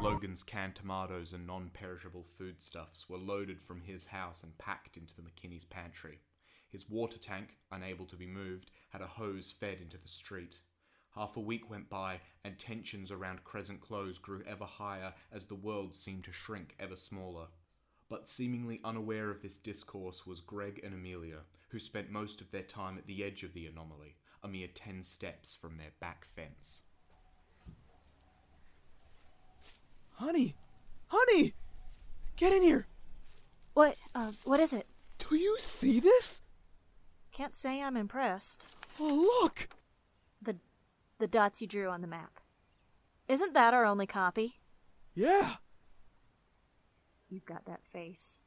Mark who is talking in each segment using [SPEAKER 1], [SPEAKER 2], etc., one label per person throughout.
[SPEAKER 1] Logan's canned tomatoes and non perishable foodstuffs were loaded from his house and packed into the McKinney's pantry. His water tank, unable to be moved, had a hose fed into the street. Half a week went by, and tensions around Crescent Close grew ever higher as the world seemed to shrink ever smaller. But seemingly unaware of this discourse was Greg and Amelia, who spent most of their time at the edge of the anomaly, a mere ten steps from their back fence.
[SPEAKER 2] Honey! Honey! Get in here!
[SPEAKER 3] What? Uh, what is it?
[SPEAKER 2] Do you see this?
[SPEAKER 3] Can't say I'm impressed.
[SPEAKER 2] Oh, look!
[SPEAKER 3] The, the dots you drew on the map. Isn't that our only copy?
[SPEAKER 2] Yeah!
[SPEAKER 3] You've got that face.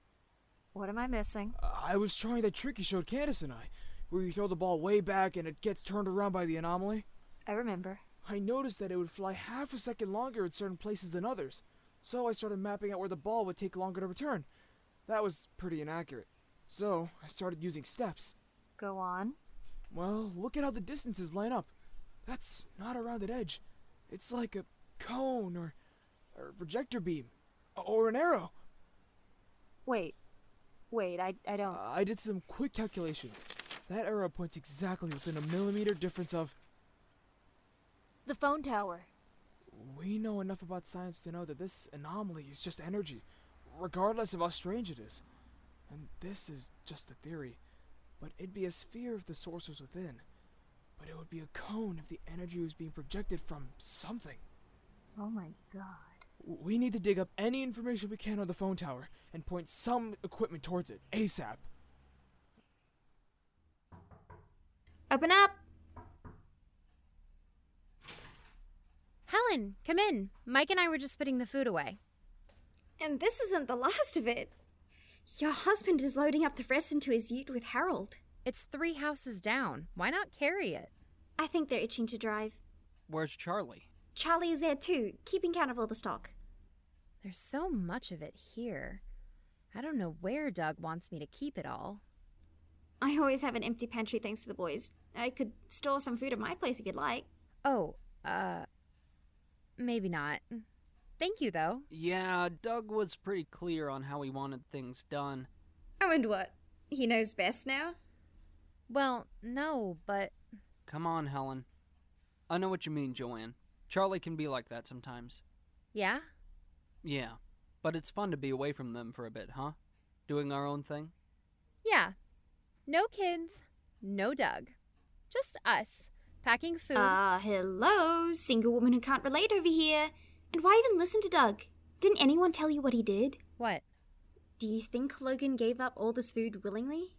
[SPEAKER 3] What am I missing?
[SPEAKER 2] I was trying that trick you showed Candace and I, where you throw the ball way back and it gets turned around by the anomaly.
[SPEAKER 3] I remember.
[SPEAKER 2] I noticed that it would fly half a second longer at certain places than others, so I started mapping out where the ball would take longer to return. That was pretty inaccurate. So I started using steps.
[SPEAKER 3] Go on.
[SPEAKER 2] Well, look at how the distances line up. That's not a rounded edge. It's like a cone or, or a projector beam uh, or an arrow.
[SPEAKER 3] Wait. Wait, I, I don't.
[SPEAKER 2] Uh, I did some quick calculations. That arrow points exactly within a millimeter difference of.
[SPEAKER 3] The phone tower.
[SPEAKER 2] We know enough about science to know that this anomaly is just energy, regardless of how strange it is. And this is just a theory, but it'd be a sphere if the source was within. But it would be a cone if the energy was being projected from something.
[SPEAKER 3] Oh my god.
[SPEAKER 2] We need to dig up any information we can on the phone tower and point some equipment towards it ASAP.
[SPEAKER 4] Open up!
[SPEAKER 5] Helen, come in. Mike and I were just putting the food away.
[SPEAKER 4] And this isn't the last of it. Your husband is loading up the rest into his ute with Harold.
[SPEAKER 5] It's three houses down. Why not carry it?
[SPEAKER 4] I think they're itching to drive.
[SPEAKER 6] Where's Charlie?
[SPEAKER 4] Charlie is there too, keeping count of all the stock.
[SPEAKER 5] There's so much of it here. I don't know where Doug wants me to keep it all.
[SPEAKER 4] I always have an empty pantry thanks to the boys. I could store some food at my place if you'd like.
[SPEAKER 5] Oh, uh, maybe not. Thank you, though.
[SPEAKER 6] Yeah, Doug was pretty clear on how he wanted things done.
[SPEAKER 4] Oh, and what? He knows best now?
[SPEAKER 5] Well, no, but
[SPEAKER 6] Come on, Helen. I know what you mean, Joanne. Charlie can be like that sometimes.
[SPEAKER 5] yeah.
[SPEAKER 6] Yeah, but it's fun to be away from them for a bit, huh? Doing our own thing?
[SPEAKER 5] Yeah. No kids, no Doug. Just us, packing food.
[SPEAKER 4] Ah, hello, single woman who can't relate over here. And why even listen to Doug? Didn't anyone tell you what he did?
[SPEAKER 5] what?
[SPEAKER 4] Do you think Logan gave up all this food willingly?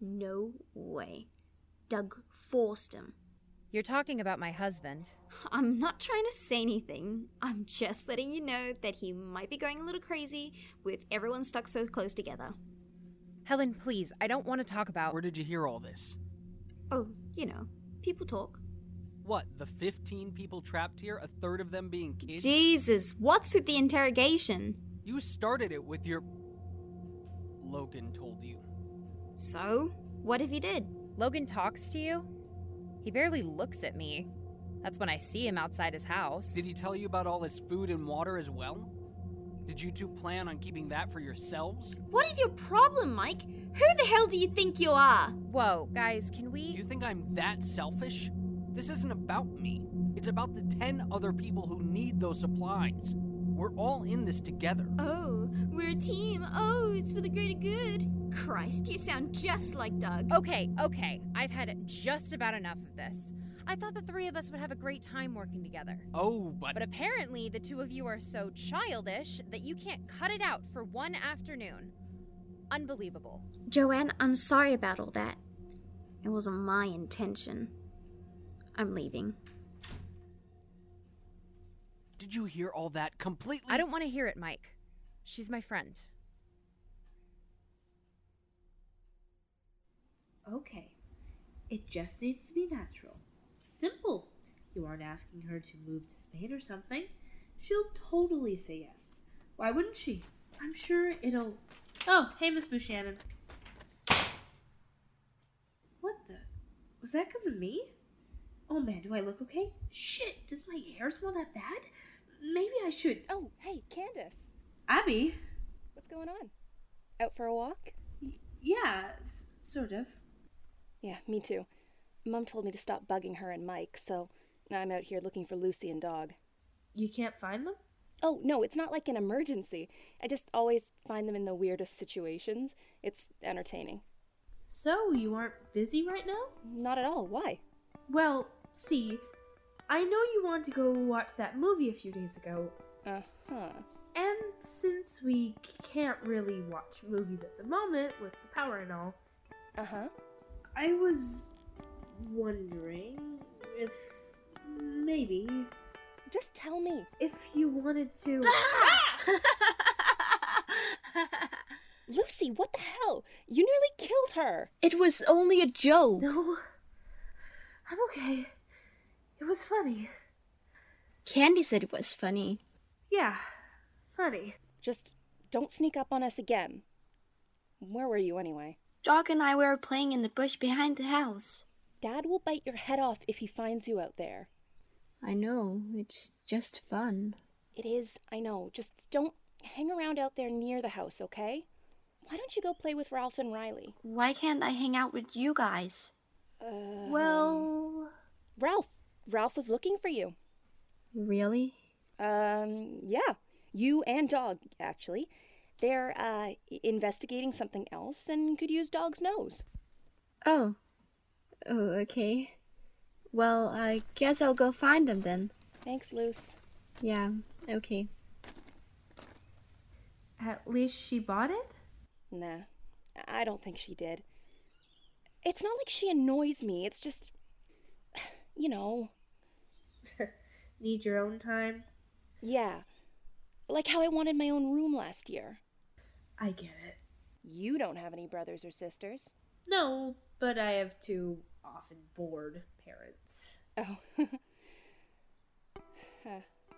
[SPEAKER 4] No way. Doug forced him.
[SPEAKER 5] You're talking about my husband.
[SPEAKER 4] I'm not trying to say anything. I'm just letting you know that he might be going a little crazy with everyone stuck so close together.
[SPEAKER 5] Helen, please, I don't want to talk about.
[SPEAKER 6] Where did you hear all this?
[SPEAKER 4] Oh, you know, people talk.
[SPEAKER 6] What, the 15 people trapped here, a third of them being kids?
[SPEAKER 4] Jesus, what's with the interrogation?
[SPEAKER 6] You started it with your. Logan told you.
[SPEAKER 4] So, what if he did?
[SPEAKER 5] Logan talks to you? He barely looks at me. That's when I see him outside his house.
[SPEAKER 6] Did he tell you about all his food and water as well? Did you two plan on keeping that for yourselves?
[SPEAKER 4] What is your problem, Mike? Who the hell do you think you are?
[SPEAKER 5] Whoa, guys, can we?
[SPEAKER 6] You think I'm that selfish? This isn't about me. It's about the 10 other people who need those supplies. We're all in this together.
[SPEAKER 4] Oh, we're a team. Oh, it's for the greater good. Christ, you sound just like Doug.
[SPEAKER 5] Okay, okay. I've had just about enough of this. I thought the three of us would have a great time working together.
[SPEAKER 6] Oh, but.
[SPEAKER 5] But apparently, the two of you are so childish that you can't cut it out for one afternoon. Unbelievable.
[SPEAKER 4] Joanne, I'm sorry about all that. It wasn't my intention. I'm leaving.
[SPEAKER 6] Did you hear all that completely?
[SPEAKER 5] I don't want to hear it, Mike. She's my friend.
[SPEAKER 7] Okay. It just needs to be natural. Simple. You aren't asking her to move to Spain or something. She'll totally say yes. Why wouldn't she? I'm sure it'll. Oh, hey, Miss Buchanan. What the? Was that because of me? Oh man, do I look okay? Shit, does my hair smell that bad? Maybe I should.
[SPEAKER 8] Oh, hey, Candace.
[SPEAKER 7] Abby?
[SPEAKER 8] What's going on? Out for a walk?
[SPEAKER 7] Y- yeah, s- sort of.
[SPEAKER 8] Yeah, me too. Mom told me to stop bugging her and Mike, so now I'm out here looking for Lucy and Dog.
[SPEAKER 7] You can't find them?
[SPEAKER 8] Oh, no, it's not like an emergency. I just always find them in the weirdest situations. It's entertaining.
[SPEAKER 7] So, you aren't busy right now?
[SPEAKER 8] Not at all. Why?
[SPEAKER 7] Well, see, I know you wanted to go watch that movie a few days ago,
[SPEAKER 8] Uh huh.
[SPEAKER 7] and since we can't really watch movies at the moment with the power and all,
[SPEAKER 8] Uh huh.
[SPEAKER 7] I was wondering if maybe
[SPEAKER 8] Just tell me.
[SPEAKER 7] if you wanted to.
[SPEAKER 8] Lucy, what the hell? You nearly killed her.
[SPEAKER 9] It was only a joke.
[SPEAKER 7] no, I'm okay. It was funny.
[SPEAKER 9] Candy said it was funny.
[SPEAKER 7] Yeah, funny.
[SPEAKER 8] Just don't sneak up on us again. Where were you anyway?
[SPEAKER 9] Dog and I were playing in the bush behind the house.
[SPEAKER 8] Dad will bite your head off if he finds you out there.
[SPEAKER 9] I know, it's just fun.
[SPEAKER 8] It is, I know. Just don't hang around out there near the house, okay? Why don't you go play with Ralph and Riley?
[SPEAKER 9] Why can't I hang out with you guys?
[SPEAKER 8] Uh,
[SPEAKER 7] Well,
[SPEAKER 8] Ralph. Ralph was looking for you.
[SPEAKER 9] Really?
[SPEAKER 8] Um, yeah. You and Dog, actually. They're, uh, i- investigating something else and could use Dog's nose.
[SPEAKER 9] Oh. Oh, okay. Well, I guess I'll go find them then.
[SPEAKER 8] Thanks, Luce.
[SPEAKER 9] Yeah, okay.
[SPEAKER 7] at least she bought it.
[SPEAKER 8] Nah, I don't think she did. It's not like she annoys me, it's just. You know.
[SPEAKER 7] Need your own time.
[SPEAKER 8] Yeah. Like how I wanted my own room last year.
[SPEAKER 7] I get it.
[SPEAKER 8] You don't have any brothers or sisters.
[SPEAKER 7] No, but I have two often bored parents.
[SPEAKER 8] Oh. Huh.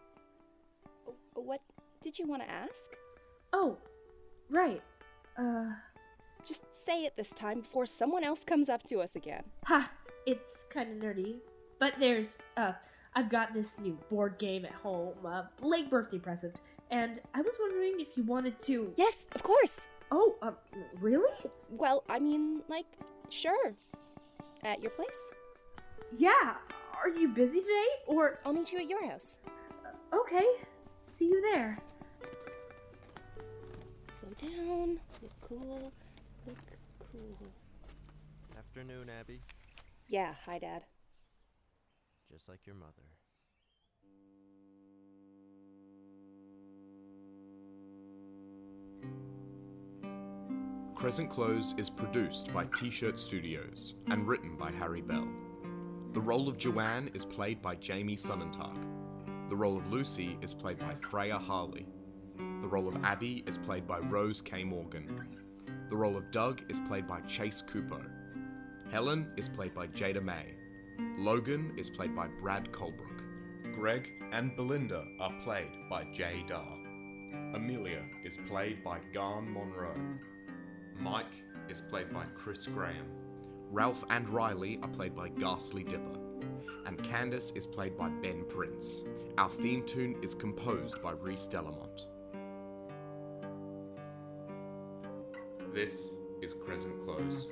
[SPEAKER 8] Wh- what did you want to ask?
[SPEAKER 7] Oh, right. Uh,
[SPEAKER 8] Just say it this time before someone else comes up to us again.
[SPEAKER 7] ha! It's kind of nerdy, but there's uh, I've got this new board game at home, uh, late birthday present, and I was wondering if you wanted to.
[SPEAKER 8] Yes, of course.
[SPEAKER 7] Oh, um, really?
[SPEAKER 8] Well, I mean, like, sure. At your place.
[SPEAKER 7] Yeah. Are you busy today? Or
[SPEAKER 8] I'll meet you at your house.
[SPEAKER 7] okay, see you there.
[SPEAKER 8] Slow down. Look cool. Look cool.
[SPEAKER 10] Afternoon, Abby.
[SPEAKER 8] Yeah, hi, Dad.
[SPEAKER 10] Just like your mother.
[SPEAKER 1] Crescent Close is produced by T Shirt Studios and written by Harry Bell. The role of Joanne is played by Jamie Sonnentag. The role of Lucy is played by Freya Harley. The role of Abby is played by Rose K. Morgan. The role of Doug is played by Chase Kupo. Helen is played by Jada May. Logan is played by Brad Colbrook. Greg and Belinda are played by Jay Dar. Amelia is played by Garn Monroe. Mike is played by Chris Graham. Ralph and Riley are played by Ghastly Dipper. And Candace is played by Ben Prince. Our theme tune is composed by Reese Delamont. This is Crescent Close.